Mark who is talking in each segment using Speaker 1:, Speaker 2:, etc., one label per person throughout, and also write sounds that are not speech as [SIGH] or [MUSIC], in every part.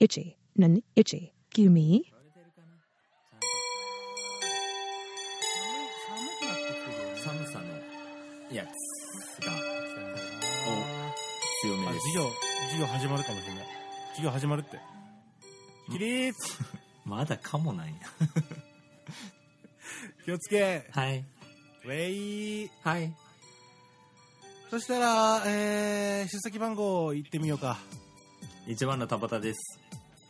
Speaker 1: itchy, nan itchy, give me,
Speaker 2: 寒さのやつが、お、強め
Speaker 3: あ
Speaker 2: です。
Speaker 3: 授業、授業始まるかもしれない。授業始まるって。起立
Speaker 2: まだかもないな。
Speaker 3: 気をつけ
Speaker 2: はい。
Speaker 3: ウェイ
Speaker 2: はい。
Speaker 3: そしたら、えー、出席番号言ってみようか。
Speaker 2: 一番の田端です。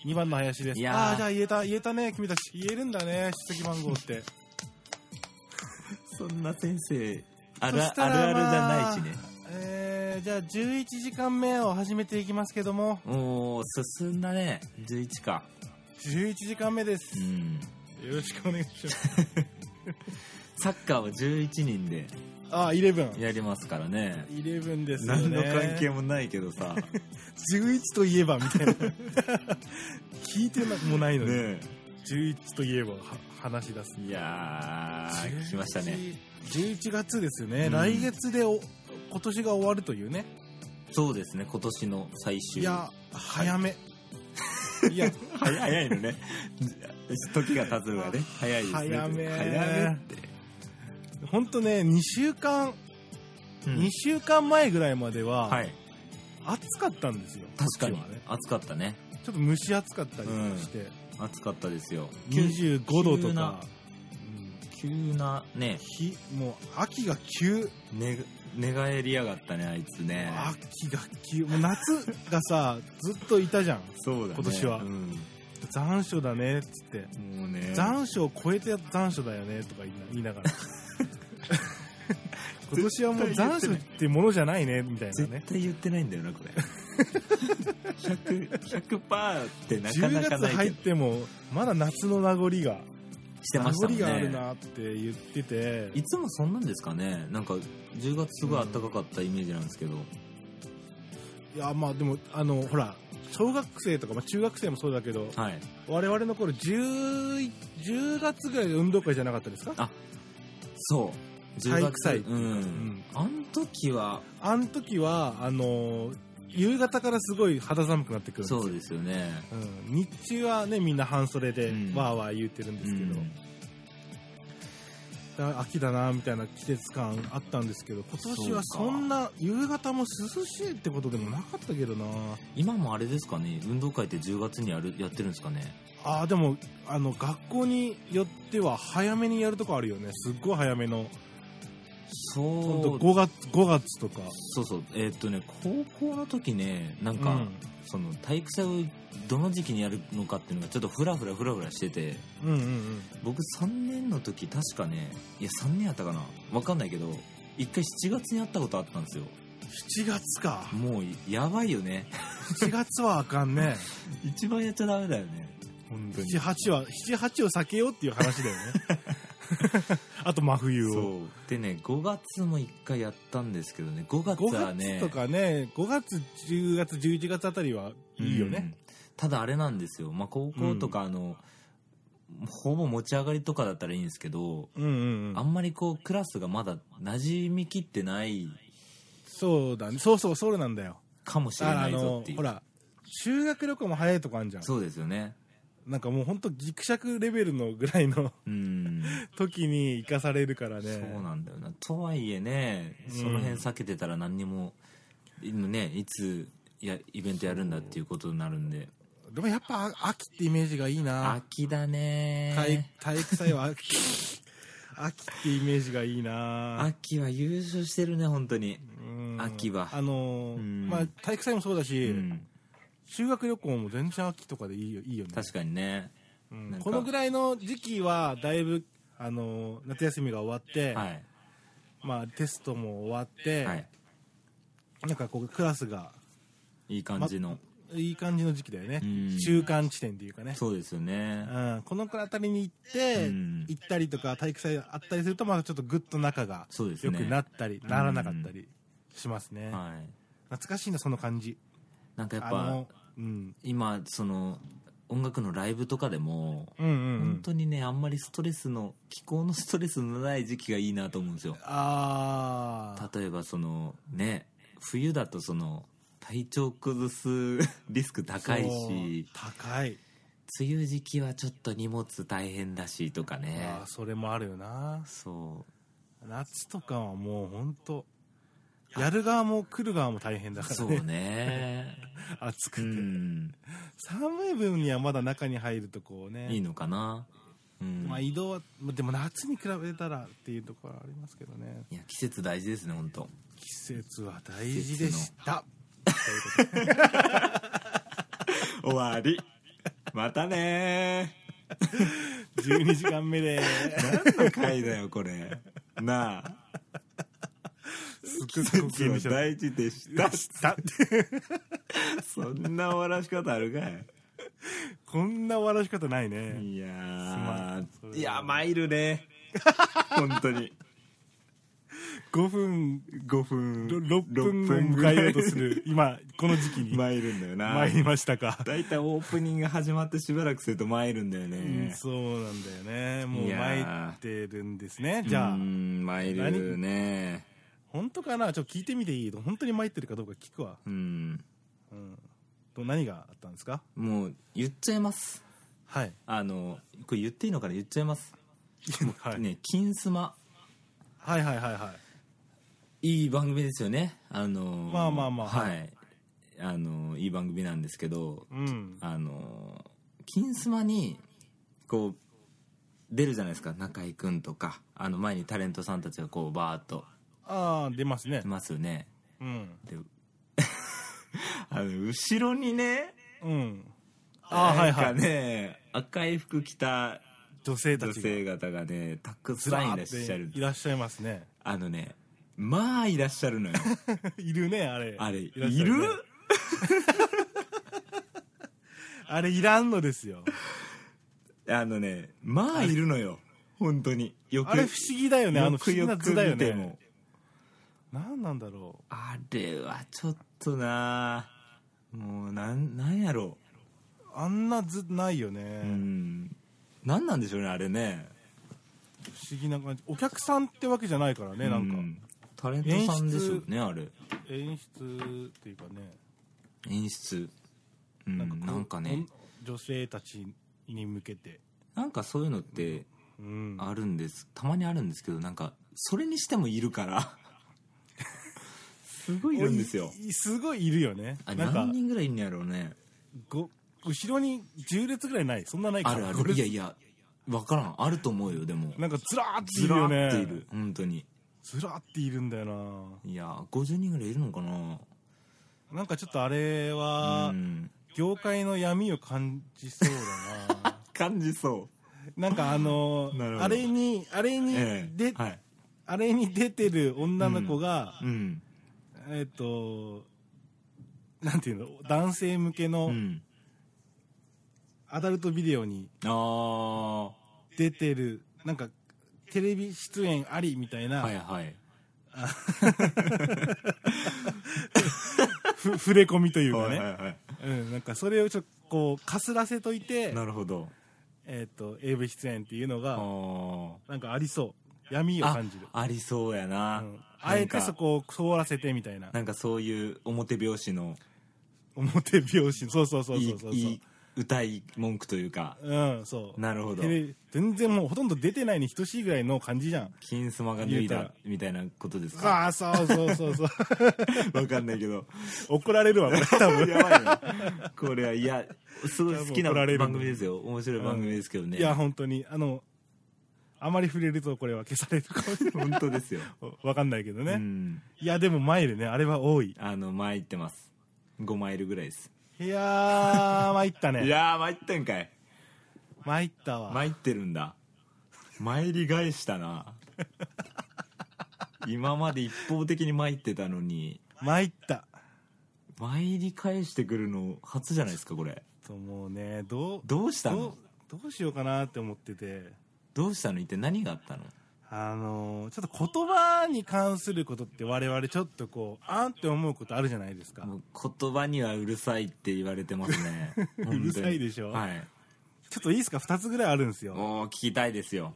Speaker 3: 2番の林です。
Speaker 2: いやー
Speaker 3: ああー、じゃあ言えた、言えたね、君たち。言えるんだね、出席番号って。 [LAUGHS]
Speaker 2: そんな先生、あ
Speaker 3: そ
Speaker 2: ら、
Speaker 3: した
Speaker 2: ある
Speaker 3: ら
Speaker 2: あるじゃないしね。
Speaker 3: えー、じゃあ11時間目を始めていきますけども、
Speaker 2: おー、進んだね。11か。
Speaker 3: 11時間目です。
Speaker 2: う
Speaker 3: よ
Speaker 2: ん。
Speaker 3: ろしくお願いします。
Speaker 2: サッカーは11人で
Speaker 3: あー、11。
Speaker 2: やりますからね。
Speaker 3: 11ですよね。
Speaker 2: 何の関係もないけど [LAUGHS] さ。ね
Speaker 3: 11といえばみた
Speaker 2: [LAUGHS]
Speaker 3: いな聞いてもないのに、
Speaker 2: え
Speaker 3: 11といえばは話し出す
Speaker 2: いやー、来ましたね。
Speaker 3: 11月ですね、
Speaker 2: うん
Speaker 3: 来月でお今年が終わるというね
Speaker 2: そうですね、今年の最終。
Speaker 3: いや早め、い、や
Speaker 2: 早い早いのね。時が経つのがね、早いですね。
Speaker 3: 早め
Speaker 2: 早めって。
Speaker 3: 本当ね2週間、
Speaker 2: う
Speaker 3: 2週間前ぐらいまでは、
Speaker 2: はい。
Speaker 3: 暑かったんですよ
Speaker 2: 確か
Speaker 3: こ
Speaker 2: に
Speaker 3: っちはね。
Speaker 2: 暑かったね。
Speaker 3: ちょっと蒸し暑かったりとかして、
Speaker 2: 暑かったですよ。
Speaker 3: 25度
Speaker 2: 急
Speaker 3: とか
Speaker 2: な、
Speaker 3: うん
Speaker 2: 急なね、
Speaker 3: ひもう秋が急
Speaker 2: 寝、寝返りやがったね、あいつね。
Speaker 3: 秋が急もう夏がさずっといたじゃん
Speaker 2: そうだね。
Speaker 3: 今年は
Speaker 2: うん。
Speaker 3: 残暑だねっつって
Speaker 2: もうね。
Speaker 3: 残暑を超えて残暑だよねとか言いな言い
Speaker 2: [LAUGHS]
Speaker 3: ながら今年はもう残暑ってものじゃないねみたいなね
Speaker 2: 絶対言ってないんだよな、こ
Speaker 3: [LAUGHS]
Speaker 2: れ。100、100%ってなかな
Speaker 3: 10
Speaker 2: か
Speaker 3: 月
Speaker 2: な
Speaker 3: 入
Speaker 2: い
Speaker 3: っ
Speaker 2: けど。
Speaker 3: てもまだ夏の名残が、
Speaker 2: して
Speaker 3: 名
Speaker 2: ましたも
Speaker 3: 残
Speaker 2: んね。
Speaker 3: があるなって言ってて
Speaker 2: いつもそんなんですかね。なんか、10月すごい暖かかったイメージなんですけど。
Speaker 3: いやまあでもあのほら小学生とか、まあ、中学生もそうだけど
Speaker 2: はい。
Speaker 3: 我々の頃 10, 10月ぐらいで運動会じゃなかったですか
Speaker 2: そう。
Speaker 3: 体育祭
Speaker 2: う。
Speaker 3: うんん
Speaker 2: あん時は、
Speaker 3: あの時はあの夕方からすごい肌寒くなってくるんですよ
Speaker 2: そうですよね。
Speaker 3: うん、日中はねみんな半袖で
Speaker 2: うん
Speaker 3: わーわー言ってるんですけど、
Speaker 2: うん
Speaker 3: だから秋だなみたいな季節感あったんですけど今年はそんな夕方も涼しいってことでもなかったけどな
Speaker 2: 今もあれですかね、運動会って10月にやるやってるんですかね。
Speaker 3: あーでもあの学校によっては早めにやるとこあるよねすっごい早めのほんと
Speaker 2: そう。
Speaker 3: 5月 ,5 月とか
Speaker 2: そうそう。えーっとね、高校の時ね、なんか、その体育祭をどの時期にやるのかっていうのがちょっとフラフラフラフラしてて、
Speaker 3: うん、うんうんうん
Speaker 2: 僕3年の時確かね、いや3年やったかなわかんないけど、一回7月にやったことあったんですよ。
Speaker 3: 7月か
Speaker 2: もうやばいよね。 [LAUGHS]
Speaker 3: 7月はあかんね
Speaker 2: 一番やっちゃダメだよね。本当に。
Speaker 3: 78は78を避けようっていう
Speaker 2: [LAUGHS]
Speaker 3: 話だよねあと真冬を
Speaker 2: そうでね5月も1回やったんですけどね5月は
Speaker 3: 5
Speaker 2: ね
Speaker 3: 月とかね、5月、10月、11月あたりはいいよ
Speaker 2: う
Speaker 3: ね
Speaker 2: ん。ただあれなんですよ、まあ、高校とかあの、ほぼ持ち上がりとかだったらいいんですけど、
Speaker 3: うんうんう
Speaker 2: あ
Speaker 3: ん。
Speaker 2: んまりこうクラスがまだ馴染みきってない
Speaker 3: そうだね。そうそう、そうなんだよ。
Speaker 2: かもし
Speaker 3: だ
Speaker 2: れ
Speaker 3: からあ
Speaker 2: ないぞ
Speaker 3: の
Speaker 2: ってい、う
Speaker 3: ほら、修学旅行も早いとこあるじゃん。
Speaker 2: そうですよね
Speaker 3: なんかもうほんとギクシャクレベルのぐ [LAUGHS] らいの [LAUGHS]
Speaker 2: うん
Speaker 3: 時に生かされるからね。
Speaker 2: そうなんだよなとはいえねその辺避けてたら何にも、ねいつやイベントやるんだっていうことになるんで
Speaker 3: でもやっぱ秋ってイメージがいいな。
Speaker 2: 秋だね
Speaker 3: 体体育祭
Speaker 2: [LAUGHS]
Speaker 3: は秋。秋ってイメージがいいな。
Speaker 2: 秋は優勝してるね本当に
Speaker 3: うん
Speaker 2: 秋は
Speaker 3: あのー
Speaker 2: うん
Speaker 3: まあ、体育祭もそうだ
Speaker 2: う
Speaker 3: し、
Speaker 2: ん
Speaker 3: 修学旅行も全然秋とかでいいよいいよね。
Speaker 2: 確かにね
Speaker 3: うん
Speaker 2: なんか
Speaker 3: このぐらいの時期はだいぶあの夏休みが終わって、
Speaker 2: はい
Speaker 3: まあ、テストも終わって、
Speaker 2: はい
Speaker 3: なんかこうクラスが
Speaker 2: いい感じの、
Speaker 3: いい感じの時期だよね、
Speaker 2: うん
Speaker 3: 中間地点というかね
Speaker 2: そうですよね
Speaker 3: うん、このくらいあたりに行って、
Speaker 2: うん
Speaker 3: 行ったりとか体育祭あったりするとまたちょっとぐっと仲が
Speaker 2: そうです
Speaker 3: 良
Speaker 2: ね
Speaker 3: くなったり、ならなかったりしますね、
Speaker 2: はい
Speaker 3: 懐かしいなその感じ
Speaker 2: なんかやっ
Speaker 3: あ
Speaker 2: ぱ
Speaker 3: の、うん、
Speaker 2: 今その音楽のライブとかでも、
Speaker 3: うんうんうん
Speaker 2: 本当にねあんまりストレスの気候のストレスのない時期がいいなと思うんですよ
Speaker 3: ああ
Speaker 2: 例えばそのね冬だとその体調崩す [LAUGHS] リスク高いし
Speaker 3: そう高い
Speaker 2: 梅雨時期はちょっと荷物大変だしとかね
Speaker 3: あーそれもあるよな
Speaker 2: そ
Speaker 3: 夏とかはもうほんとやる側も来る側も大変だ
Speaker 2: う
Speaker 3: か
Speaker 2: そ
Speaker 3: ら
Speaker 2: う
Speaker 3: ね
Speaker 2: ね
Speaker 3: 暑
Speaker 2: [LAUGHS]
Speaker 3: く
Speaker 2: う
Speaker 3: て、
Speaker 2: ん
Speaker 3: 寒い分にはまだ中に入るとこうね
Speaker 2: いいのかなうん、
Speaker 3: まあ
Speaker 2: い
Speaker 3: 移動はでも夏に比べたらっていうところはありますけどね
Speaker 2: や季節大事ですね本当
Speaker 3: 季節は大事でした
Speaker 2: 終わ
Speaker 3: [LAUGHS]
Speaker 2: りまたね
Speaker 3: 12時間目で
Speaker 2: 何の回だよこれな
Speaker 3: [LAUGHS]
Speaker 2: あ
Speaker 3: すっ
Speaker 2: 季
Speaker 3: ごく
Speaker 2: 節
Speaker 3: 興
Speaker 2: は
Speaker 3: 味深い
Speaker 2: 大事でした
Speaker 3: だって
Speaker 2: そんな終わらし方あるかい
Speaker 3: [LAUGHS] こんな笑うし方ないね、
Speaker 2: いやー
Speaker 3: まんそれはい
Speaker 2: や参る
Speaker 3: [LAUGHS]
Speaker 2: ね本当に
Speaker 3: 5分
Speaker 2: 5分
Speaker 3: 6分を
Speaker 2: ぐ
Speaker 3: 迎
Speaker 2: ら
Speaker 3: え
Speaker 2: い
Speaker 3: ようとする今この時期に
Speaker 2: 参るんだよな
Speaker 3: 参りましたか、
Speaker 2: 大体オープニング始まってしばらくすると参るんだよ
Speaker 3: うん
Speaker 2: ね
Speaker 3: そうなんだよねもう
Speaker 2: いやー
Speaker 3: 参ってるんですねじゃあ
Speaker 2: うん参るね
Speaker 3: 本当かなちょっと聞いてみていい本当に参ってるかどうか聞くわ、
Speaker 2: うん
Speaker 3: うん、と何があったんですか
Speaker 2: もう言っちゃいます
Speaker 3: はい、
Speaker 2: あのこれ言っていいのかな言っちゃいます
Speaker 3: はい
Speaker 2: ね金スマ
Speaker 3: はいはいはいはい
Speaker 2: いい番組ですよねあの
Speaker 3: まあまあまあ
Speaker 2: はいあのいい番組なんですけど
Speaker 3: うん
Speaker 2: あの金スマにこう出るじゃないですか中居君とかあの前にタレントさんたちがこうバーっと
Speaker 3: ああ出ますね
Speaker 2: いますよね
Speaker 3: うん
Speaker 2: で [LAUGHS] あの後ろにね
Speaker 3: うんああはい
Speaker 2: な
Speaker 3: は
Speaker 2: んか
Speaker 3: い
Speaker 2: ね赤い服着た
Speaker 3: 女性た
Speaker 2: 女
Speaker 3: ちが
Speaker 2: 性方がねたく
Speaker 3: ず
Speaker 2: さ
Speaker 3: ら
Speaker 2: んいら
Speaker 3: ー
Speaker 2: っしゃる
Speaker 3: っていらっしゃいますね
Speaker 2: あのねまあいらっしゃる
Speaker 3: [LAUGHS]
Speaker 2: のよ
Speaker 3: いるねあれ
Speaker 2: あれい
Speaker 3: らっしゃ
Speaker 2: る
Speaker 3: ねあれいらんのですよ
Speaker 2: あのねまあいるのよ本当によく
Speaker 3: あれ不思議だよねあの
Speaker 2: よ
Speaker 3: 不思
Speaker 2: く
Speaker 3: 議
Speaker 2: よ
Speaker 3: な
Speaker 2: く
Speaker 3: 図だよ
Speaker 2: 見て
Speaker 3: ね
Speaker 2: も
Speaker 3: 何なんだろ
Speaker 2: あれはちょっとなもうなんなんやろ
Speaker 3: うあんな図ないよね、
Speaker 2: ううんなんなんでしょうねあれね
Speaker 3: 不思議な感じお客さんってわけじゃないからねなんか、
Speaker 2: うタレントさんですよねあれ
Speaker 3: 演出っていうかね
Speaker 2: 演出うん
Speaker 3: な
Speaker 2: なんん
Speaker 3: かこう
Speaker 2: かね
Speaker 3: 女性たちに向けて
Speaker 2: なんかそういうのって
Speaker 3: うん
Speaker 2: あるんですたまにあるんですけどなんかそれにしてもいるからすごいいるんですよ
Speaker 3: おいすごいいるよね
Speaker 2: あ
Speaker 3: なんか
Speaker 2: 何人ぐらいいるんやろうね
Speaker 3: ご後ろに10列ぐらいないそんなないか
Speaker 2: あるあ
Speaker 3: これ
Speaker 2: るいやいや分からんあると思うよでも
Speaker 3: なんかずらーってい
Speaker 2: ず
Speaker 3: る
Speaker 2: ら
Speaker 3: よ
Speaker 2: ーってい
Speaker 3: ね
Speaker 2: る本当に
Speaker 3: ずらーっているんだよ
Speaker 2: いやー50人ぐらいいるのかな
Speaker 3: ななんかちょっとあれは
Speaker 2: うん
Speaker 3: 業界の闇を感じそうだな
Speaker 2: 感じそ
Speaker 3: なんかあの
Speaker 2: なるほど
Speaker 3: あれにあれ
Speaker 2: う
Speaker 3: に
Speaker 2: ええ
Speaker 3: で
Speaker 2: はい
Speaker 3: あれに出てる女の子が、
Speaker 2: うん
Speaker 3: えっ、となんていうの男性向け
Speaker 2: う
Speaker 3: の
Speaker 2: ん
Speaker 3: アダルトビデオに
Speaker 2: ああは
Speaker 3: 出てるなんかテレビ出演ありみたいな、
Speaker 2: いはい
Speaker 3: ふ触れ込みという
Speaker 2: は
Speaker 3: か
Speaker 2: い
Speaker 3: ね、
Speaker 2: は
Speaker 3: うん、なんかそれをちょっとこうかすらせといて
Speaker 2: いなるほど
Speaker 3: えっ、と AV 出演っていうの
Speaker 2: あ
Speaker 3: が
Speaker 2: ー
Speaker 3: なんかありそう闇を
Speaker 2: あ
Speaker 3: 感じる
Speaker 2: ありそうや
Speaker 3: あ,、う、
Speaker 2: なん
Speaker 3: あえてそ
Speaker 2: なんか
Speaker 3: こを通らせてみたいな
Speaker 2: なんかそういう表拍子の
Speaker 3: 表拍子そうそうそう
Speaker 2: い
Speaker 3: そ
Speaker 2: いう
Speaker 3: そう
Speaker 2: いい歌い文句というか
Speaker 3: うんそう
Speaker 2: なるほど
Speaker 3: テレビ全然もうほとんど出てないに等しいぐらいの感じじゃん
Speaker 2: 金スマが脱い
Speaker 3: 言う
Speaker 2: だ
Speaker 3: た
Speaker 2: みたいなことですか
Speaker 3: ああそうそうそうそう
Speaker 2: わかんないけど
Speaker 3: [LAUGHS] 怒られるわこれ多分
Speaker 2: やばいなこれはいやすごい好きな
Speaker 3: 多分怒られるんだ
Speaker 2: 番組ですよ面白い番組ですけどね
Speaker 3: いや本当にあのあまり触れるとこれは消されるかもしれ
Speaker 2: 本当ですよ、
Speaker 3: ないわかんないけどね、
Speaker 2: [LAUGHS] うん
Speaker 3: いやでもマイルねあれは多い
Speaker 2: あの参ってます5マイルぐらいです、
Speaker 3: いやー参ったね
Speaker 2: いやー参ってんかい
Speaker 3: 参ったわ、
Speaker 2: 参ってるんだ参り返した
Speaker 3: [LAUGHS]
Speaker 2: な今まで一方的に参ってたのに
Speaker 3: 参った
Speaker 2: 参り返してくるの初じゃないですかこれ
Speaker 3: ともうねどう
Speaker 2: どうした
Speaker 3: ど
Speaker 2: の
Speaker 3: うどうしようかなって思ってて
Speaker 2: どうしたの一体何があったの
Speaker 3: あのーちょっと言葉に関することって我々ちょっとこうあんって思うことあるじゃないですか
Speaker 2: もう言葉にはうるさいって言われてますね
Speaker 3: [LAUGHS] うるさいでしょ
Speaker 2: 本当にはい
Speaker 3: ちょっといいですか2つぐらいあるんですよ
Speaker 2: おー聞きたいですよ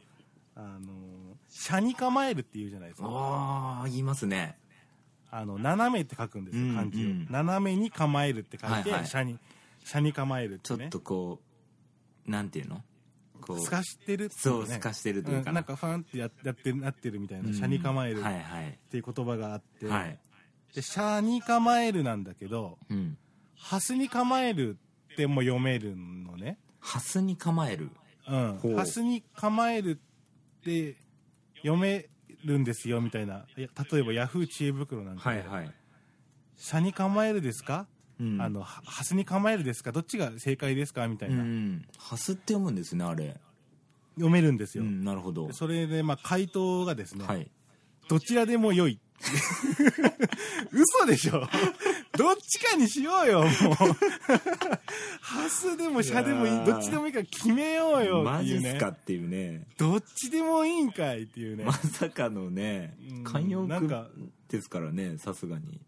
Speaker 3: あのー車に構えるっていうじゃないですか
Speaker 2: おー言いますね
Speaker 3: あの斜めって書くんです
Speaker 2: う
Speaker 3: よ
Speaker 2: ん
Speaker 3: 漢字を、
Speaker 2: うん
Speaker 3: 斜めに構えるって書いて、
Speaker 2: はいはい
Speaker 3: 斜に斜に構えるっ
Speaker 2: ちょ
Speaker 3: て
Speaker 2: っ
Speaker 3: ね
Speaker 2: とこうなんていうのこう
Speaker 3: 透かしてるってい
Speaker 2: そう
Speaker 3: ね
Speaker 2: 透かしてるというか
Speaker 3: んなんかファンってややってるなってるみたいな斜に構える
Speaker 2: うん
Speaker 3: っ
Speaker 2: はいはい
Speaker 3: ていう言葉があって、
Speaker 2: はい
Speaker 3: で斜に構えるなんだけど
Speaker 2: うん
Speaker 3: ハスに構えるっても読めるのね
Speaker 2: ハスに構える
Speaker 3: うん
Speaker 2: ほう
Speaker 3: ハスに構えるって読めるんですよみたいないや例えばヤフー知恵袋なんかで、
Speaker 2: い、
Speaker 3: 斜に構えるですか、
Speaker 2: うん、
Speaker 3: あのはハスに構えるですかどっちが正解ですかみたいうな、
Speaker 2: んハスって読むんですねあれ
Speaker 3: 読めるんです
Speaker 2: う
Speaker 3: よ、
Speaker 2: んなるほど
Speaker 3: でそれでまあ回答がですね、
Speaker 2: はい
Speaker 3: どちらでも良い。 [LAUGHS] 嘘でしょどっちかにしようよ、もう。ハスでもシャでもい
Speaker 2: い
Speaker 3: い
Speaker 2: や、ー
Speaker 3: どっちでもいいから決めようよっ
Speaker 2: マ
Speaker 3: てい
Speaker 2: ジ
Speaker 3: う
Speaker 2: っ
Speaker 3: ね
Speaker 2: す。かっていうね
Speaker 3: どっちでもいいんかいっていうね
Speaker 2: ま。さかのね
Speaker 3: うん
Speaker 2: 慣用
Speaker 3: なんか
Speaker 2: 句ですからねさすがに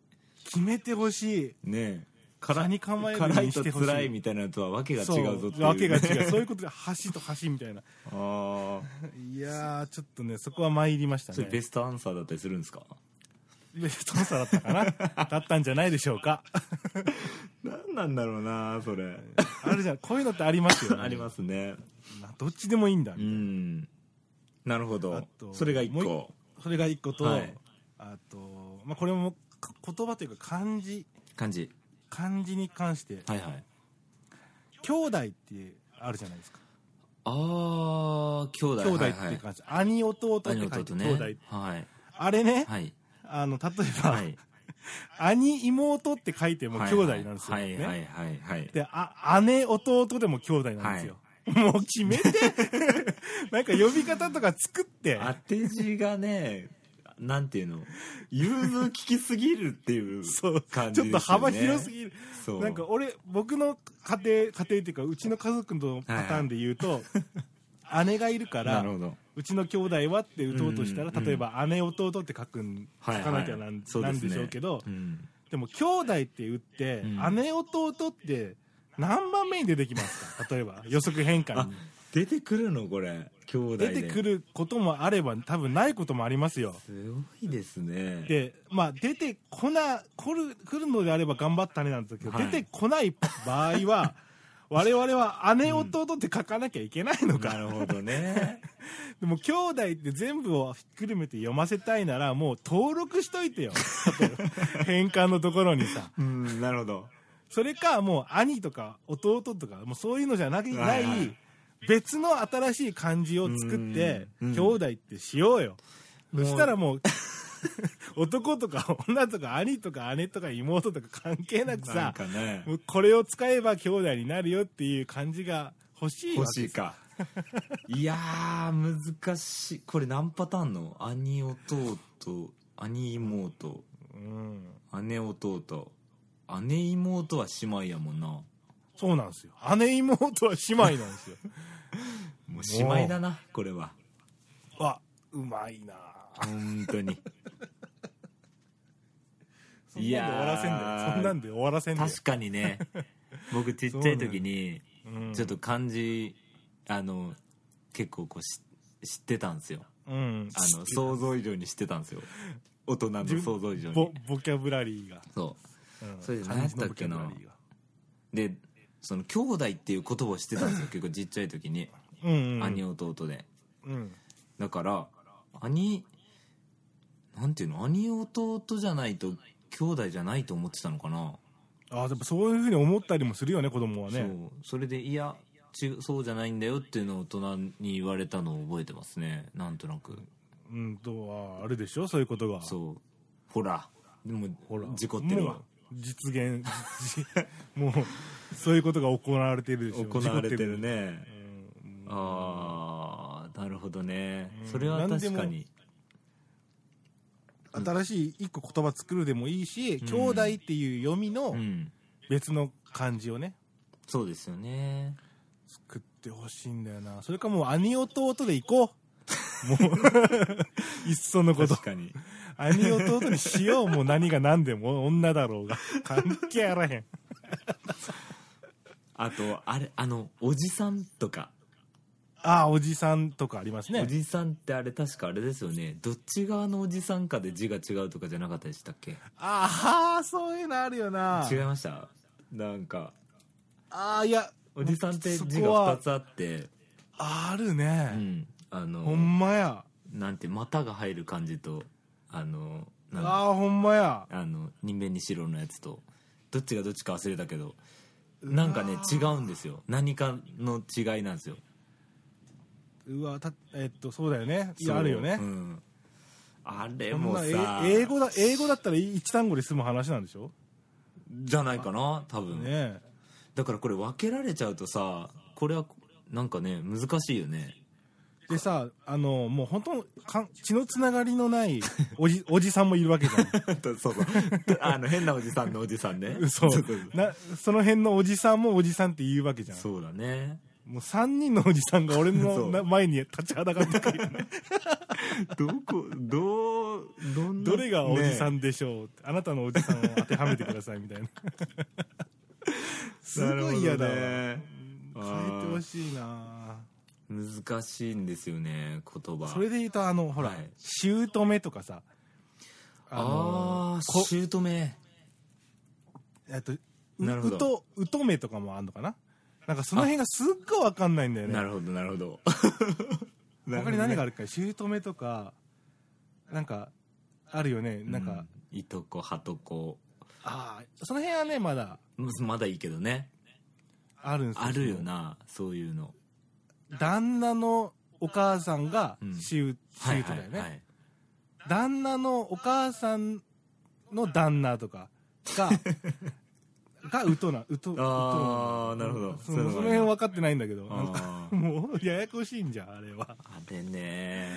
Speaker 3: 決めてほし
Speaker 2: ね
Speaker 3: 辛に構えるよう
Speaker 2: 辛い
Speaker 3: にし
Speaker 2: と
Speaker 3: てほしい
Speaker 2: 辛いみたいなのとは訳
Speaker 3: い。
Speaker 2: が違うぞっていう
Speaker 3: わけが違う。そういうことで、橋と橋みたいな。
Speaker 2: [LAUGHS] ああ
Speaker 3: いやー、ちょっとね、そこは参りました
Speaker 2: それベ
Speaker 3: ね。
Speaker 2: ストアンサーだったりするんですか [LAUGHS]
Speaker 3: ベストアンサーだったかなだったんじゃないでしょうか。
Speaker 2: 何なんだろうなそれ
Speaker 3: [LAUGHS] あるじゃん。こういうのってありますよ、ね。
Speaker 2: ありますね
Speaker 3: まあどっちでもいいんだ
Speaker 2: う。んなるほ
Speaker 3: あ
Speaker 2: ど
Speaker 3: と
Speaker 2: それが一
Speaker 3: も
Speaker 2: 個
Speaker 3: それが一個と、
Speaker 2: はい
Speaker 3: あと、まあ、これもか言葉というか漢字
Speaker 2: 感じ
Speaker 3: 漢字に関して、
Speaker 2: はいはい
Speaker 3: 兄弟ってあるじゃないですか
Speaker 2: あー兄弟
Speaker 3: 兄弟っ
Speaker 2: はいは
Speaker 3: て
Speaker 2: い
Speaker 3: 感じ、兄弟って書い
Speaker 2: 兄弟
Speaker 3: て
Speaker 2: と
Speaker 3: 兄
Speaker 2: ね
Speaker 3: 弟
Speaker 2: はい
Speaker 3: あれね、
Speaker 2: はい
Speaker 3: あの例えば、
Speaker 2: はい
Speaker 3: 兄妹って書いても兄弟なんです
Speaker 2: は
Speaker 3: よ、ね
Speaker 2: いはいはいはい
Speaker 3: であ姉弟でも兄弟なんですよ、もう決めて [LAUGHS] なんか呼び方とか作って
Speaker 2: 当て字がねなんていうの融通利きすぎるっていう
Speaker 3: そう
Speaker 2: 感
Speaker 3: ち
Speaker 2: じですよね
Speaker 3: ょっと幅広すぎる
Speaker 2: そう
Speaker 3: なんか俺僕の家庭家庭っていうかうちの家族のパターンで言う
Speaker 2: [LAUGHS]
Speaker 3: と、姉がいるか
Speaker 2: な
Speaker 3: ら
Speaker 2: るほど
Speaker 3: うちの兄弟はって打とうとしたら、
Speaker 2: うんうん
Speaker 3: 例えば姉弟って書くん書
Speaker 2: はいはい
Speaker 3: かなきゃなん,、
Speaker 2: そう
Speaker 3: な
Speaker 2: ですね
Speaker 3: んでしょうけど、
Speaker 2: うん
Speaker 3: でも兄弟って打って、
Speaker 2: うん
Speaker 3: 姉弟って何番目に出てきますか例えば予測変換
Speaker 2: あ
Speaker 3: に
Speaker 2: 出てくるのこれ兄弟
Speaker 3: 出
Speaker 2: で
Speaker 3: てくることもあれば多分ないこともありますよ
Speaker 2: すごいですね
Speaker 3: でまあ出てこな来る来るのであれば頑張ったねなんですけど、
Speaker 2: はい
Speaker 3: 出てこない場合
Speaker 2: [LAUGHS]
Speaker 3: は我々は姉弟って書かなきゃいけないの
Speaker 2: な
Speaker 3: か、
Speaker 2: るほど
Speaker 3: [LAUGHS]
Speaker 2: ね
Speaker 3: でも兄弟って全部をひっくるめて読ませたいならもう登録しといて
Speaker 2: [LAUGHS]
Speaker 3: よ変換のところにさ
Speaker 2: うんなるほど
Speaker 3: それかもう兄とか弟とかもうそういうのじゃなく
Speaker 2: はいは
Speaker 3: ないい別の新しい漢字を作って
Speaker 2: うん
Speaker 3: 兄弟ってしようよ
Speaker 2: も
Speaker 3: そうしたらもう [LAUGHS] 男とか女とか兄とか姉とか妹とか関係なく
Speaker 2: なん
Speaker 3: さ
Speaker 2: かね
Speaker 3: もうこれを使えば兄弟になるよっていう感じが欲しいわ
Speaker 2: 欲
Speaker 3: け
Speaker 2: し
Speaker 3: で
Speaker 2: い
Speaker 3: す
Speaker 2: かいやー難しいこれ何パターンの兄弟兄妹
Speaker 3: うん
Speaker 2: 姉弟姉妹は姉妹やもんなも
Speaker 3: そうなんですよ姉妹は姉妹なんですよ
Speaker 2: う姉妹だなこれは
Speaker 3: わうまいな
Speaker 2: 本当に
Speaker 3: そんなんで終わらせんだ
Speaker 2: いやー
Speaker 3: よそんなんで終わらせんだ
Speaker 2: [LAUGHS]
Speaker 3: よ
Speaker 2: 確かにね僕ちっちゃい時に
Speaker 3: うん
Speaker 2: ちょっと漢字あの結構こうし知ってたんですよ
Speaker 3: うん
Speaker 2: あの想像以上に知ってたんですよ大人の想像以上
Speaker 3: ボ
Speaker 2: に
Speaker 3: ボキャブラリーが、
Speaker 2: そう
Speaker 3: うん
Speaker 2: それで
Speaker 3: 漢字の
Speaker 2: 何やったっけな
Speaker 3: ボキャブラリーが
Speaker 2: でその兄弟っていう言葉をしてたん [LAUGHS] ですよ結構ちっちゃい時に、
Speaker 3: うんうん
Speaker 2: 兄弟で
Speaker 3: うん
Speaker 2: だから兄なんていうの兄弟じゃないと兄弟じゃないと思ってたのかな、
Speaker 3: ああでもそういうふうに思ったりもするよね子供は
Speaker 2: そ
Speaker 3: ね
Speaker 2: うそれでいやちそうじゃないんだよっていうのを大人に言われたのを覚えてますねなんとなく
Speaker 3: うんとはあるでしょそういうことが
Speaker 2: そうほらでも
Speaker 3: ほら
Speaker 2: 事故ってる
Speaker 3: も
Speaker 2: わ
Speaker 3: う実現 [LAUGHS] もうそういうことが行われてるでしょ
Speaker 2: 行われてる
Speaker 3: ね、
Speaker 2: ね
Speaker 3: うん
Speaker 2: ああなるほどね
Speaker 3: うん
Speaker 2: それは確か
Speaker 3: なんで
Speaker 2: に
Speaker 3: 新しい一個言葉作るでもいいし、
Speaker 2: ん
Speaker 3: 兄弟っていう読みの
Speaker 2: うん
Speaker 3: 別の漢字をね
Speaker 2: そうですよね
Speaker 3: 作ってほしいんだよなそれかもう兄弟でいこうも
Speaker 2: [LAUGHS]
Speaker 3: う [LAUGHS] いっそのこと
Speaker 2: 確かに
Speaker 3: 兄弟にしようもう何が何でも女だろう [LAUGHS] が関係あらへん
Speaker 2: あとあれあのおじさんとか
Speaker 3: ああ、おじさんとかあります
Speaker 2: お
Speaker 3: ね。
Speaker 2: じさんってあれ確かあれですよねどっち側のおじさんかで字が違うとかじゃなかったでしたっけ
Speaker 3: ああ、そういうのあるよな。
Speaker 2: 違いましたなんか
Speaker 3: ああ、いや、
Speaker 2: おじさんって字
Speaker 3: そこ
Speaker 2: が2
Speaker 3: は
Speaker 2: つあって
Speaker 3: ある
Speaker 2: う
Speaker 3: ね。
Speaker 2: んあ
Speaker 3: ほ
Speaker 2: の
Speaker 3: んまや。
Speaker 2: なんて股が入る感じとあのなんだ
Speaker 3: ああ、ほんまや。
Speaker 2: あの人間に白のやつとどっちがどっちか忘れたけどなんかね違うんですよ何かの違いなんですよ
Speaker 3: うわ、た、えっと、そうだよね。いやあるよね
Speaker 2: う。んあれ
Speaker 3: そん
Speaker 2: も
Speaker 3: なえ
Speaker 2: さ
Speaker 3: 英語だ、英語だったら一単語で済む話なんでしょ
Speaker 2: じゃないかな多分、
Speaker 3: ねえ
Speaker 2: だからこれ分けられちゃうとさこれはなんかね難しいよね
Speaker 3: でさ、あの、もう本当かん血のつながりのないおじ、おじさんもいるわけじ [LAUGHS] ゃん。
Speaker 2: そうそう [LAUGHS] あの変なおじさんのおじさんね
Speaker 3: そう
Speaker 2: そうそう
Speaker 3: なその辺のおじさんもおじさんって言うわけじゃん
Speaker 2: そうだね
Speaker 3: もう3人のおじさんが
Speaker 2: [LAUGHS]
Speaker 3: 俺
Speaker 2: そう
Speaker 3: のな前に立ちはだかってく
Speaker 2: [LAUGHS]
Speaker 3: る
Speaker 2: どこどうどんな
Speaker 3: どれがおじさ
Speaker 2: ね
Speaker 3: んでしょう、あなたのおじさんを当てはめてくださいみた
Speaker 2: [LAUGHS]
Speaker 3: いなすごい嫌だわ、
Speaker 2: なるほどね
Speaker 3: 変えてほしいな
Speaker 2: 難しいんですよね言葉
Speaker 3: それで言うとあのほら
Speaker 2: はい
Speaker 3: 姑とかさ
Speaker 2: あ
Speaker 3: の
Speaker 2: あ
Speaker 3: こ
Speaker 2: 姑
Speaker 3: えっとう
Speaker 2: なるほど
Speaker 3: うとうとめとかもあんのかななんかその辺がすっごいわかんないんだよね
Speaker 2: なるほどなるほ [LAUGHS] ど
Speaker 3: 他に何があるか姑とかなんかあるよねなんか、
Speaker 2: うんいとこはとこ
Speaker 3: ああその辺はねまだ
Speaker 2: まだいいけどね
Speaker 3: あるんです
Speaker 2: あるよなそういうの
Speaker 3: 旦那のお母さんが
Speaker 2: うん
Speaker 3: 姑だよね、
Speaker 2: い
Speaker 3: 旦那のお母さんの旦那とか
Speaker 2: [LAUGHS]
Speaker 3: ががうとなうとうと
Speaker 2: あー
Speaker 3: んだよ
Speaker 2: なるほど
Speaker 3: そ
Speaker 2: そういう
Speaker 3: の
Speaker 2: のがあるな
Speaker 3: その辺分かってないんだけどなんか
Speaker 2: あー
Speaker 3: もうややこしいんじゃんあれは
Speaker 2: あれね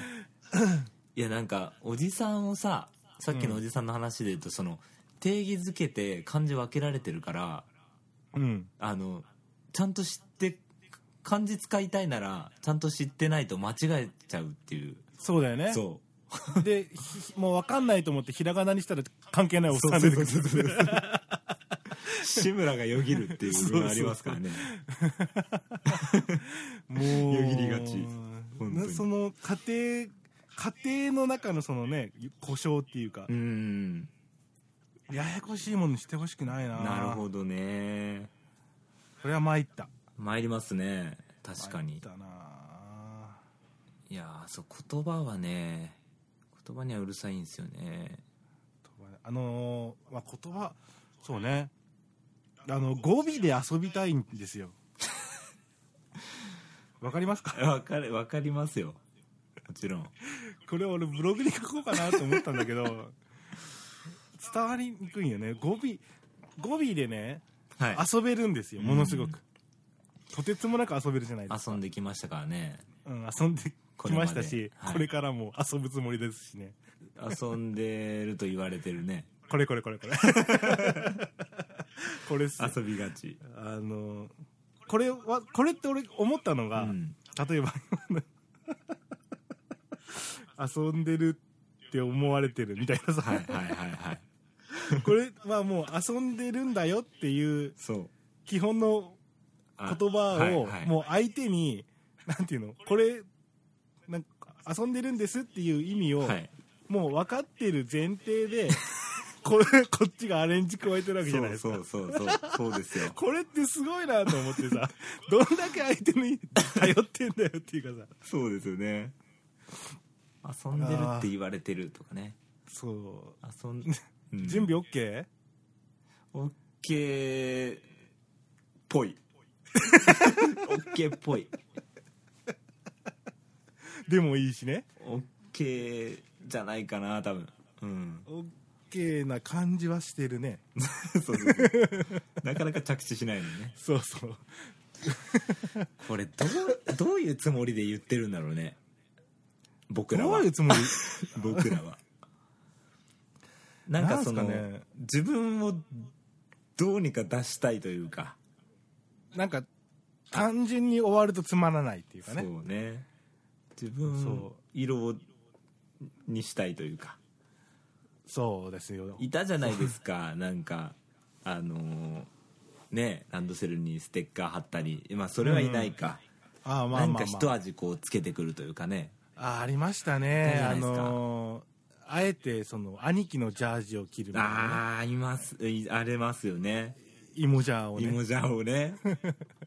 Speaker 2: いやなんかおじさんをささっきのおじさんの話で言うと、その定義づけて漢字分けられてるから
Speaker 3: うん
Speaker 2: あのちゃんと知って漢字使いたいならちゃんと知ってないと間違えちゃうっていう
Speaker 3: そうだよね
Speaker 2: そう
Speaker 3: でひもう分かんないと思ってひらがなにしたら関係ないおっさん出てくる
Speaker 2: そうそうそうそう志村がよぎるっていうのがありますからね
Speaker 3: もう
Speaker 2: よぎりがち本当に
Speaker 3: その家庭家庭の中のそのね故障っていうか
Speaker 2: う、ん
Speaker 3: ややこしいものにしてほしくないな
Speaker 2: なるほ
Speaker 3: ど
Speaker 2: どね
Speaker 3: これは参った
Speaker 2: 参りますね確かに
Speaker 3: 参ったない
Speaker 2: やーそう言葉はね言葉にはうるさいんですよね
Speaker 3: 言葉ねあのーまあ、言葉そうねあの語尾で遊びたいんですよ [LAUGHS] わかりますか
Speaker 2: わかるわかりますよもちろん
Speaker 3: これ俺ブログに書こうかなと思ったんだけど伝わりにくいよね語尾語尾でね
Speaker 2: はい
Speaker 3: 遊べるんですよ
Speaker 2: うん
Speaker 3: ものすごく、とてつもなく遊べるじゃないです
Speaker 2: 遊んできましたからね
Speaker 3: か、うん、遊んで
Speaker 2: こ
Speaker 3: き
Speaker 2: れま
Speaker 3: ま
Speaker 2: で
Speaker 3: したしこれ,、
Speaker 2: はい
Speaker 3: からも遊ぶつもりですしね
Speaker 2: 遊んでると言われてるね
Speaker 3: これこれこれこれこれっすあ
Speaker 2: [LAUGHS] 遊びがち
Speaker 3: のこれはこれって俺思ったの
Speaker 2: う
Speaker 3: が、
Speaker 2: ん
Speaker 3: 例えば [LAUGHS] 遊んでるって思われてるみたいなさ、
Speaker 2: はいはいはいはい
Speaker 3: これはもう遊んでるんだよっていう
Speaker 2: そう
Speaker 3: 基本の
Speaker 2: あ
Speaker 3: 言葉を
Speaker 2: はいはい
Speaker 3: もう相手に、なんていうのこれなんか遊んでるんですっていう意味を
Speaker 2: はい
Speaker 3: もう分かってる前提で [LAUGHS] これこっちがアレンジ加えてるわけじゃないです
Speaker 2: そ
Speaker 3: か
Speaker 2: うそうそうそうそうですよ
Speaker 3: これってすごいなと思ってさ [LAUGHS] どんだけ相手に頼ってんだよっていうかさ
Speaker 2: そうですよね遊んでるって言われてるとかね
Speaker 3: そ
Speaker 2: 遊ん、 [LAUGHS]
Speaker 3: う準備 OK?
Speaker 2: オッケーっぽいオッケーっぽい
Speaker 3: でもいいしね
Speaker 2: オッケーじゃないかな多分うん
Speaker 3: OK な感じはしてるね
Speaker 2: そうそうそうなかなか着地しないのね
Speaker 3: そうそう
Speaker 2: これどうどういうつもりで言ってるんだろうね僕ら
Speaker 3: ど
Speaker 2: は
Speaker 3: ういうつもり
Speaker 2: 僕らはなんかその
Speaker 3: なんすかね
Speaker 2: 自分をどうにか出したいというか
Speaker 3: なんか単純に終わるとつまらないっていうかね
Speaker 2: そうね自分を
Speaker 3: そ
Speaker 2: 色をにしたいというか
Speaker 3: そうですよ
Speaker 2: いたじゃないですか [LAUGHS] なんかあのーねランドセルにステッカー貼ったりまあそれはいないか、
Speaker 3: ああまあまあ、
Speaker 2: 何
Speaker 3: まあ、
Speaker 2: か一味こうつけてくるというかね
Speaker 3: あありました
Speaker 2: あった
Speaker 3: ね
Speaker 2: じゃな
Speaker 3: あ
Speaker 2: いですか
Speaker 3: のーあえてその兄貴のジャージを着るみたいなね
Speaker 2: ああいますいありますよね
Speaker 3: 芋ジャーをね
Speaker 2: 芋じゃを
Speaker 3: [LAUGHS]
Speaker 2: ね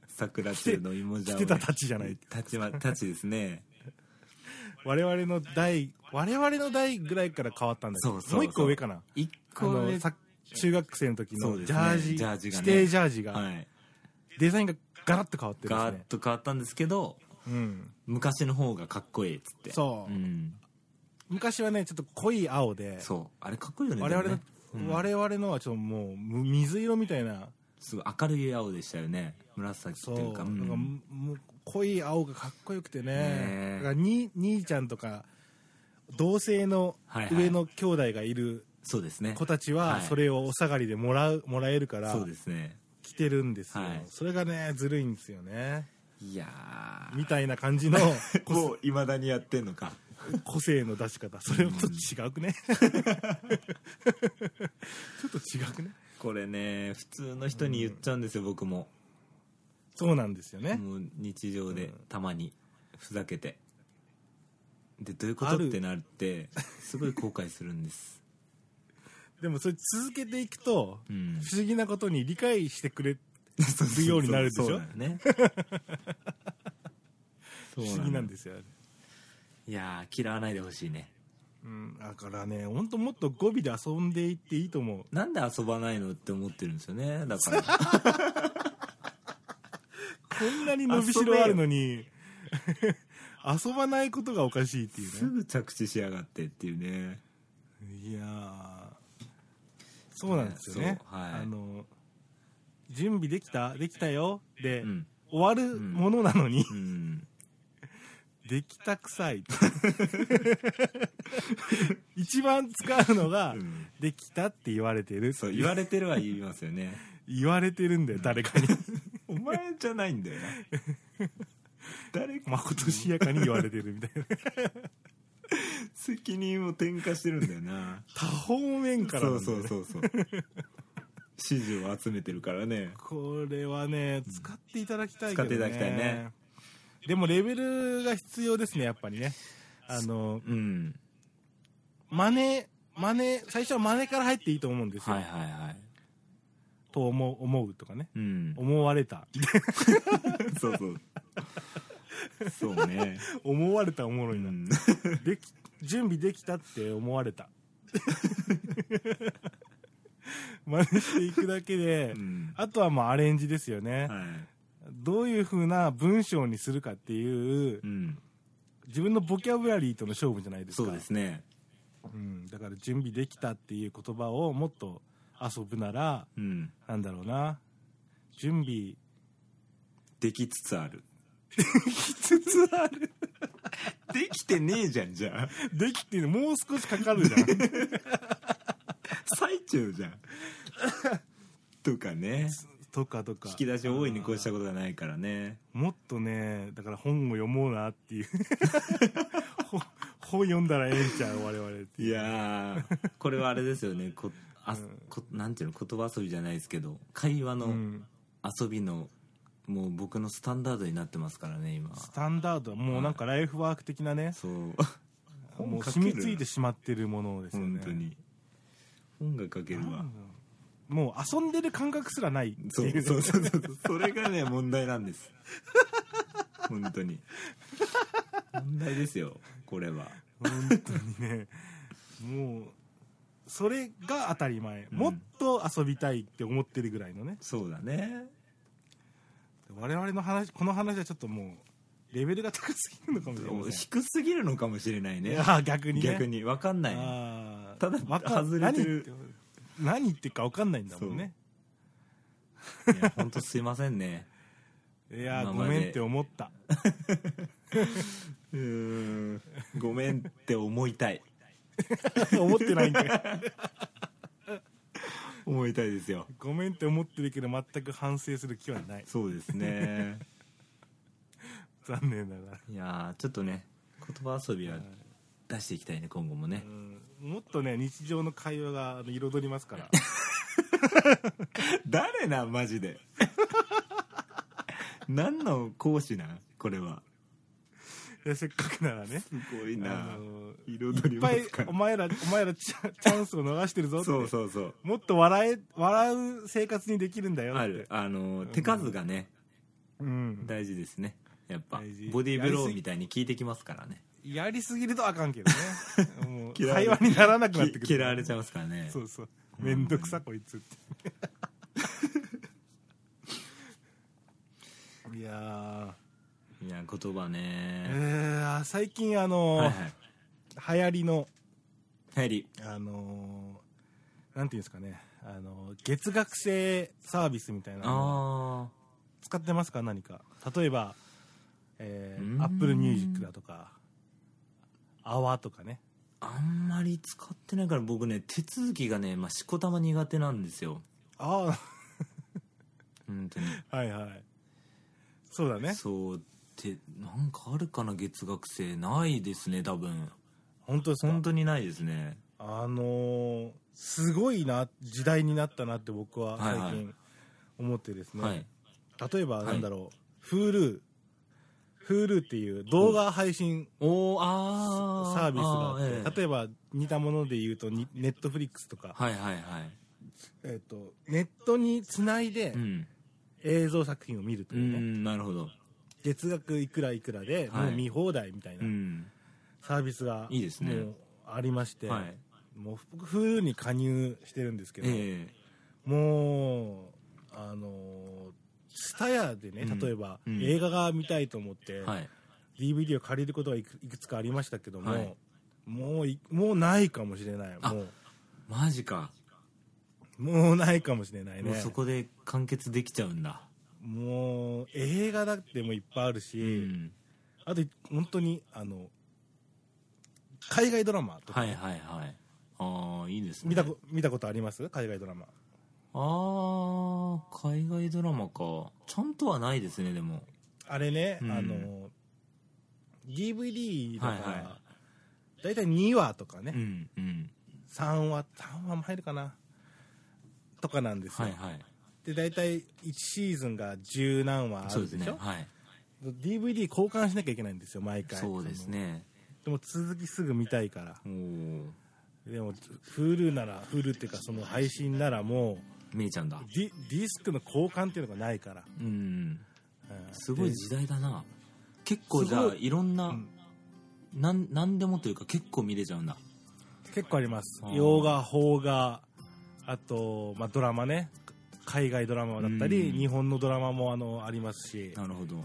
Speaker 2: 桜中の芋じゃを、ね、
Speaker 3: 着てたたちじゃない
Speaker 2: たちはたちですね
Speaker 3: 我々の代我々の代ぐらいから変わったんだけど
Speaker 2: そうそうそう
Speaker 3: もう一個上かな
Speaker 2: 一
Speaker 3: あ
Speaker 2: 個
Speaker 3: の
Speaker 2: ね
Speaker 3: さ中学生の時
Speaker 2: そう
Speaker 3: の
Speaker 2: です
Speaker 3: ジ
Speaker 2: ね
Speaker 3: ャージ
Speaker 2: ジャージが
Speaker 3: 指
Speaker 2: ね
Speaker 3: 定ジャージが、
Speaker 2: はい
Speaker 3: デザインがガラッと変わってるんです
Speaker 2: ガーッ
Speaker 3: ね
Speaker 2: と変わったんですけど
Speaker 3: うん、
Speaker 2: 昔の方がかっこいいっつって
Speaker 3: そう、
Speaker 2: ん、
Speaker 3: 昔はねちょっと濃い青で
Speaker 2: そうあれかっこいいよね
Speaker 3: 我々の、
Speaker 2: でもねうん
Speaker 3: 我々のはちょっともうむ水色みたいな
Speaker 2: すごい明るい青でしたよね紫
Speaker 3: そう
Speaker 2: っていうか,、うん
Speaker 3: なんかむむ濃い青がかっこよくてね
Speaker 2: ねえ
Speaker 3: だからに兄ちゃんとか同性の
Speaker 2: はいはい
Speaker 3: 上の兄弟がいる
Speaker 2: そうですね
Speaker 3: 子たち
Speaker 2: は
Speaker 3: はいそれをお下がりでもらうもらえるから
Speaker 2: そうですね
Speaker 3: 着てるんですよ、
Speaker 2: はい
Speaker 3: それがねずるいんですよね
Speaker 2: いやー
Speaker 3: みたいな感じの [LAUGHS]
Speaker 2: もういまだにやってんのか
Speaker 3: 個性の出し方それと違くね [LAUGHS] ちょっと違くね
Speaker 2: これね普通の人に言っちゃうんですよ、僕も
Speaker 3: そうなんですよね、
Speaker 2: もう日常
Speaker 3: う
Speaker 2: で
Speaker 3: ん
Speaker 2: たまにふざけてでどういうこと
Speaker 3: ある
Speaker 2: ってなってすごい後悔するんです
Speaker 3: でもそれ続けていくと、
Speaker 2: うん
Speaker 3: [LAUGHS] 不思議なことに理解してくれ
Speaker 2: そう
Speaker 3: するようになるでしょ
Speaker 2: そうなのねそ
Speaker 3: 不
Speaker 2: うの
Speaker 3: 思議なんですよ、
Speaker 2: いやー嫌わないでほしいね
Speaker 3: うん、だからねほんともっと語尾で遊んでいっていいと思う
Speaker 2: なんで遊ばないのって思ってるんですよねだから
Speaker 3: こんなに伸びしろあるのに遊ばないことがおかしいってい
Speaker 2: す
Speaker 3: うね
Speaker 2: ぐ着地しやがってっていうね
Speaker 3: いやーそうなんですよね
Speaker 2: ねそうはい
Speaker 3: あの準備できたできたよで、
Speaker 2: うん
Speaker 3: 終わるものなのに、
Speaker 2: うん
Speaker 3: できたくさい一番使うのが、
Speaker 2: うん
Speaker 3: できたって言われてるって
Speaker 2: そう言われてるは言いますよね
Speaker 3: 言われてるんだよ誰かに
Speaker 2: お前じゃないんだよな [LAUGHS] 誰か
Speaker 3: まことしやかに言われてるみたいな
Speaker 2: 責任を転嫁してるんだよな
Speaker 3: 多方面からなんだよね
Speaker 2: そうそう支持を集めてるからね
Speaker 3: これはね使っていただきたいけど、
Speaker 2: 使
Speaker 3: ね、
Speaker 2: っていただきたいね
Speaker 3: でもレベルが必要ですねやっぱりねあの
Speaker 2: うん
Speaker 3: 真似真似最初は真似から入っていいと思うんですよ、
Speaker 2: はいはいはい
Speaker 3: と思う思うとかね
Speaker 2: うん
Speaker 3: 思わ
Speaker 2: [LAUGHS]
Speaker 3: れた
Speaker 2: そうそうそうね、
Speaker 3: 思われたおもろ
Speaker 2: う
Speaker 3: いな、
Speaker 2: ん、
Speaker 3: でき準備できたって思わ
Speaker 2: [LAUGHS]
Speaker 3: れた真似していくだけで、
Speaker 2: うん
Speaker 3: あとはもうアレンジですよ
Speaker 2: は
Speaker 3: ね、
Speaker 2: い
Speaker 3: どういう風な文章にするかっていう
Speaker 2: うん
Speaker 3: 自分のボキャブラリーとの勝負じゃないですか
Speaker 2: そうですね
Speaker 3: うん、だから準備できたっていう言葉をもっと遊ぶなら
Speaker 2: うん
Speaker 3: なんだろうな準備
Speaker 2: できつつあるできつつあるできてねえじゃんじゃあ
Speaker 3: [LAUGHS] できてるもう少しかかるじゃん
Speaker 2: 最中じゃんとかね
Speaker 3: とかとか
Speaker 2: 引き出しを大いにこうしたことがないからね
Speaker 3: もっとねだから本を読もうなっ
Speaker 2: [LAUGHS]
Speaker 3: ていうほ本読んだらええんちゃう我々って
Speaker 2: い
Speaker 3: いう
Speaker 2: やーこれはあれですよねこあ、
Speaker 3: ん
Speaker 2: こなんていうの言葉遊びじゃないですけど会話
Speaker 3: う
Speaker 2: の
Speaker 3: ん
Speaker 2: 遊びの、もう僕のスタンダードになってますからね今
Speaker 3: スタンダードはもうなんかライフワーク的なね、
Speaker 2: そう
Speaker 3: もう
Speaker 2: 本書け
Speaker 3: 染
Speaker 2: る
Speaker 3: みついてしまってるものですよ
Speaker 2: 本
Speaker 3: ね
Speaker 2: 当に本が書けるわ
Speaker 3: もう遊んでる感覚すらないって
Speaker 2: そう
Speaker 3: [LAUGHS] いうね
Speaker 2: そうそうそうそれがね問題なんです本当に問題ですよこれは
Speaker 3: 本当にねもうそれが当たり前、
Speaker 2: うん
Speaker 3: もっと遊びたいって思ってるぐらいのね
Speaker 2: そうだね
Speaker 3: 我々の話この話はちょっともうレベルが高すぎるのかもしれません
Speaker 2: 低すぎるのかもしれない
Speaker 3: い
Speaker 2: ね
Speaker 3: やー [LAUGHS] 逆にね
Speaker 2: 逆に分かんない
Speaker 3: あー
Speaker 2: ただ
Speaker 3: わか
Speaker 2: 外れてる
Speaker 3: 何何言ってるか分かんないんだもんね
Speaker 2: いや本当すいませんね
Speaker 3: いやー
Speaker 2: 今
Speaker 3: ご
Speaker 2: まで
Speaker 3: めんって
Speaker 2: [LAUGHS]
Speaker 3: 思った
Speaker 2: うーんごめんって思いたい
Speaker 3: 思ってないんかい
Speaker 2: 思いたいですよ
Speaker 3: [LAUGHS] ごめんって思ってるけど全く反省する気はない
Speaker 2: そうですね
Speaker 3: 残念ながら
Speaker 2: いやーちょっとね言葉遊びは出していきたいね今後もね
Speaker 3: うんもっとね日常の会話があの彩りますから
Speaker 2: [LAUGHS] 誰なんマジで何の講師なんこれは。
Speaker 3: やせっかくならね
Speaker 2: すごい
Speaker 3: あ
Speaker 2: な
Speaker 3: の
Speaker 2: 彩
Speaker 3: い
Speaker 2: り
Speaker 3: っ
Speaker 2: ま
Speaker 3: ぱい
Speaker 2: すから
Speaker 3: お前らお前
Speaker 2: [LAUGHS]
Speaker 3: らチャチャンスを逃してるぞって
Speaker 2: そうそうそう。
Speaker 3: もっと笑え笑う生活にできるんだよって
Speaker 2: ある。あの、
Speaker 3: ん
Speaker 2: 手数がね、
Speaker 3: うん、
Speaker 2: 大事ですね。やっぱ
Speaker 3: 大事、
Speaker 2: ボディーブローみたいに効いてきますからね。
Speaker 3: やりすぎるとあかんけどね
Speaker 2: [LAUGHS]
Speaker 3: もう
Speaker 2: 嫌われ
Speaker 3: 会話にならなくなってくる
Speaker 2: き嫌われちゃいますからね。
Speaker 3: そうそうめんどくさこいつって [LAUGHS] いや
Speaker 2: いや、言葉
Speaker 3: ー、え
Speaker 2: ね。
Speaker 3: ー最近あのー
Speaker 2: はいはい。
Speaker 3: 流行りの
Speaker 2: 入り。
Speaker 3: あのーなんていうんですかねあのー月額制サービスみたいなの
Speaker 2: あ
Speaker 3: 使ってますか何か例えばえ
Speaker 2: うーん
Speaker 3: ー、アップルミュージックだとかアワとかね
Speaker 2: あ。あんまり使ってないから僕ね、手続きがね、まあ、しこたま苦手なんですよ。
Speaker 3: あ
Speaker 2: 本当に。
Speaker 3: あはいはいそうだね
Speaker 2: そう。て、なんかあるかな、月額制。ないですね、多分。
Speaker 3: 本当ですか
Speaker 2: 本当にないですね。
Speaker 3: あのーすごいな時代になったなって僕は最
Speaker 2: はいは
Speaker 3: 近思ってですね、
Speaker 2: はい。
Speaker 3: 例えば
Speaker 2: い
Speaker 3: なんだろう、Hulu Hulu っていう動画配信
Speaker 2: おー、
Speaker 3: サ
Speaker 2: あー。
Speaker 3: ービスがあ
Speaker 2: あ
Speaker 3: って
Speaker 2: ーええ
Speaker 3: 例えば似たもので言うとにネットフリックスとか、
Speaker 2: はいはいはい。
Speaker 3: えっとネットにつないで
Speaker 2: うん。
Speaker 3: 映像作品を見ると
Speaker 2: う
Speaker 3: いうね、
Speaker 2: ん、なるほど。
Speaker 3: 月額いくらいくらで
Speaker 2: はい。
Speaker 3: もう見放題みたいうなんサービスが
Speaker 2: いいですね
Speaker 3: もうありまして、
Speaker 2: はい。
Speaker 3: もう僕 Hulu に加入してるんですけど、
Speaker 2: え
Speaker 3: もうあのスタヤでね
Speaker 2: うん
Speaker 3: 例えば、
Speaker 2: うん
Speaker 3: 映画が見たいと思っ
Speaker 2: え
Speaker 3: て、
Speaker 2: はい。
Speaker 3: DVD を借りることはいくいくつかありましたけども、
Speaker 2: はい
Speaker 3: もういもうないかもしれない
Speaker 2: あ
Speaker 3: もう
Speaker 2: マジか。
Speaker 3: もうないかもしれないね
Speaker 2: もうそこで完結できちゃうんだ。
Speaker 3: もう映画だってもういっぱいあるし、
Speaker 2: うん。
Speaker 3: あと本当にあの海外ドラマとか、
Speaker 2: はいはいはい。ああ、いいですね。
Speaker 3: 見たこ見たことあります海外ドラマ
Speaker 2: ああ、海外ドラマか。ちゃんとはないですね、でも。
Speaker 3: あれね、
Speaker 2: うん
Speaker 3: あの DVD だから、
Speaker 2: はいは
Speaker 3: 大体2話とかね、
Speaker 2: うん、うん。
Speaker 3: 3話3話も入るかなとかなんですよ、
Speaker 2: はいはい。
Speaker 3: で大体1シーズンが十何話あ
Speaker 2: そう
Speaker 3: る
Speaker 2: で
Speaker 3: ですし
Speaker 2: ね。
Speaker 3: ょ
Speaker 2: はい。
Speaker 3: DVD 交換しなきゃいけないんですよ毎回
Speaker 2: そうですね。
Speaker 3: でも続きすぐ見たいから
Speaker 2: おお。
Speaker 3: でも Hulu なら Hulu っていうかその配信ならも
Speaker 2: 見えちゃうんだ
Speaker 3: う。ディディスクの交換っていうのがないから、
Speaker 2: うん。
Speaker 3: うん
Speaker 2: すごい
Speaker 3: で
Speaker 2: 時代だな。結構じゃ
Speaker 3: す
Speaker 2: あ、
Speaker 3: ご
Speaker 2: いろんな、
Speaker 3: うん
Speaker 2: なん、なんでもというか結構見れちゃうんだ。
Speaker 3: 結構あります
Speaker 2: あー
Speaker 3: 洋画邦画あと、まあ、ドラマね海外ドラマだったり、
Speaker 2: うん
Speaker 3: 日本のドラマもあのありますし
Speaker 2: なるほど。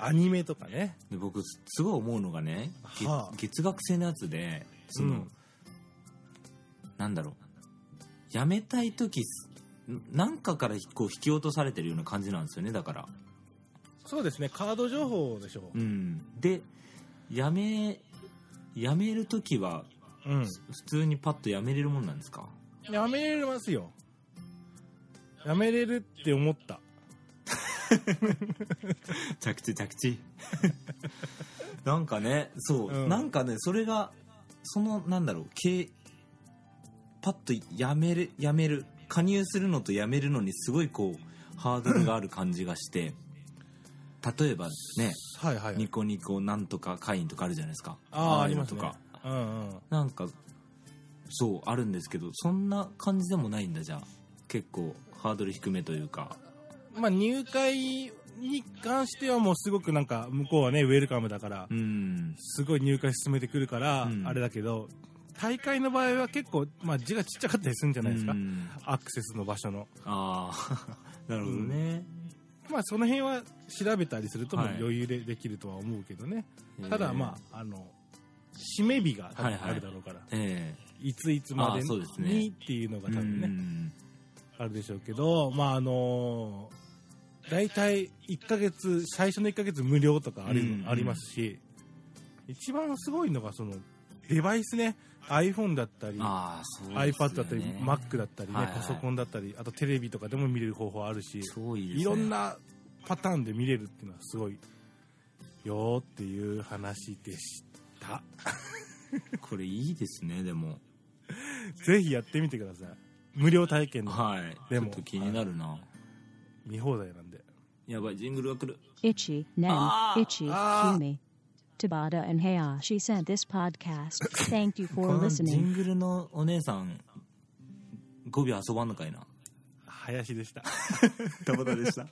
Speaker 3: アニメとかね
Speaker 2: で僕すすごい思うのがね、げ
Speaker 3: はあ
Speaker 2: 月額制のやつでその、
Speaker 3: うん
Speaker 2: なんだろう辞めたい時すなんかからこう引き落とされてるような感じなんですよねだから、
Speaker 3: そうですねカード情報でしょう
Speaker 2: うん、で辞め辞める時は
Speaker 3: うん、
Speaker 2: 普通にパッと辞めれるもんなんですか
Speaker 3: やめれますよやめれるって思った
Speaker 2: 着地着地なんかねそう、
Speaker 3: うん
Speaker 2: なんかねそれがそのなんだろうけパッとやめるやめる加入するのとやめるのにすごいこうハードルがある感じがして例えばね
Speaker 3: はいは
Speaker 2: ニコニコなんとか会員とかあるじゃないですか
Speaker 3: あああ
Speaker 2: い
Speaker 3: り
Speaker 2: う
Speaker 3: ま
Speaker 2: の
Speaker 3: す
Speaker 2: と
Speaker 3: ね
Speaker 2: か
Speaker 3: うんうん
Speaker 2: なんかそうあるんですけどそんな感じでもないんだじゃあ結構ハードル低めというか
Speaker 3: まあ入会に関してはもうすごくなんか向こうはねウェルカムだから
Speaker 2: うん
Speaker 3: すごい入会進めてくるから
Speaker 2: うん
Speaker 3: あれだけど、大会の場合は結構、まあ、字がちっちゃかったりするんじゃないですか、
Speaker 2: うん
Speaker 3: アクセスの場所の
Speaker 2: あ
Speaker 3: [LAUGHS]
Speaker 2: あなるほどね、
Speaker 3: まあその辺は調べたりするともう
Speaker 2: はい
Speaker 3: 余裕でできるとは思うけどね、
Speaker 2: えー
Speaker 3: ただまああの締め日が多
Speaker 2: はい
Speaker 3: 分
Speaker 2: はい
Speaker 3: あるだろうから、
Speaker 2: え
Speaker 3: いついつまで
Speaker 2: あそうですね
Speaker 3: にっていうの
Speaker 2: え
Speaker 3: が多分ね、あるでしょうけど、まああのー大体1ヶ月、最初の1ヶ月無料とかあり,、
Speaker 2: うん
Speaker 3: ありますし、一番すごいのがそのデバイスね、iPhone だったり、
Speaker 2: ああそうですよね
Speaker 3: iPad だったり、Mac だったりね、
Speaker 2: はいはい
Speaker 3: パソコンだったり、あとテレビとかでも見れる方法あるし、
Speaker 2: そういいですね
Speaker 3: いろんなパターンで見れるっていうのはすごいよーっていう話でした。
Speaker 2: これいいですねでも
Speaker 3: ぜひやってみてください。無料体験の
Speaker 2: はい
Speaker 3: でも
Speaker 2: ちょっと気になるな、
Speaker 3: 見放題なんで。
Speaker 2: やばい、ジングルが来る。
Speaker 1: Ichi, Nen,
Speaker 2: Ah,
Speaker 1: Ichi,
Speaker 3: ah.
Speaker 1: Kumi. Tabata and Hayashi sent this podcast. Thank you
Speaker 2: こ
Speaker 1: for
Speaker 2: のジ
Speaker 1: listening.
Speaker 2: ングルのお姉さん、語尾遊ばんのかいな。
Speaker 3: 林でした。
Speaker 2: 田畑でした。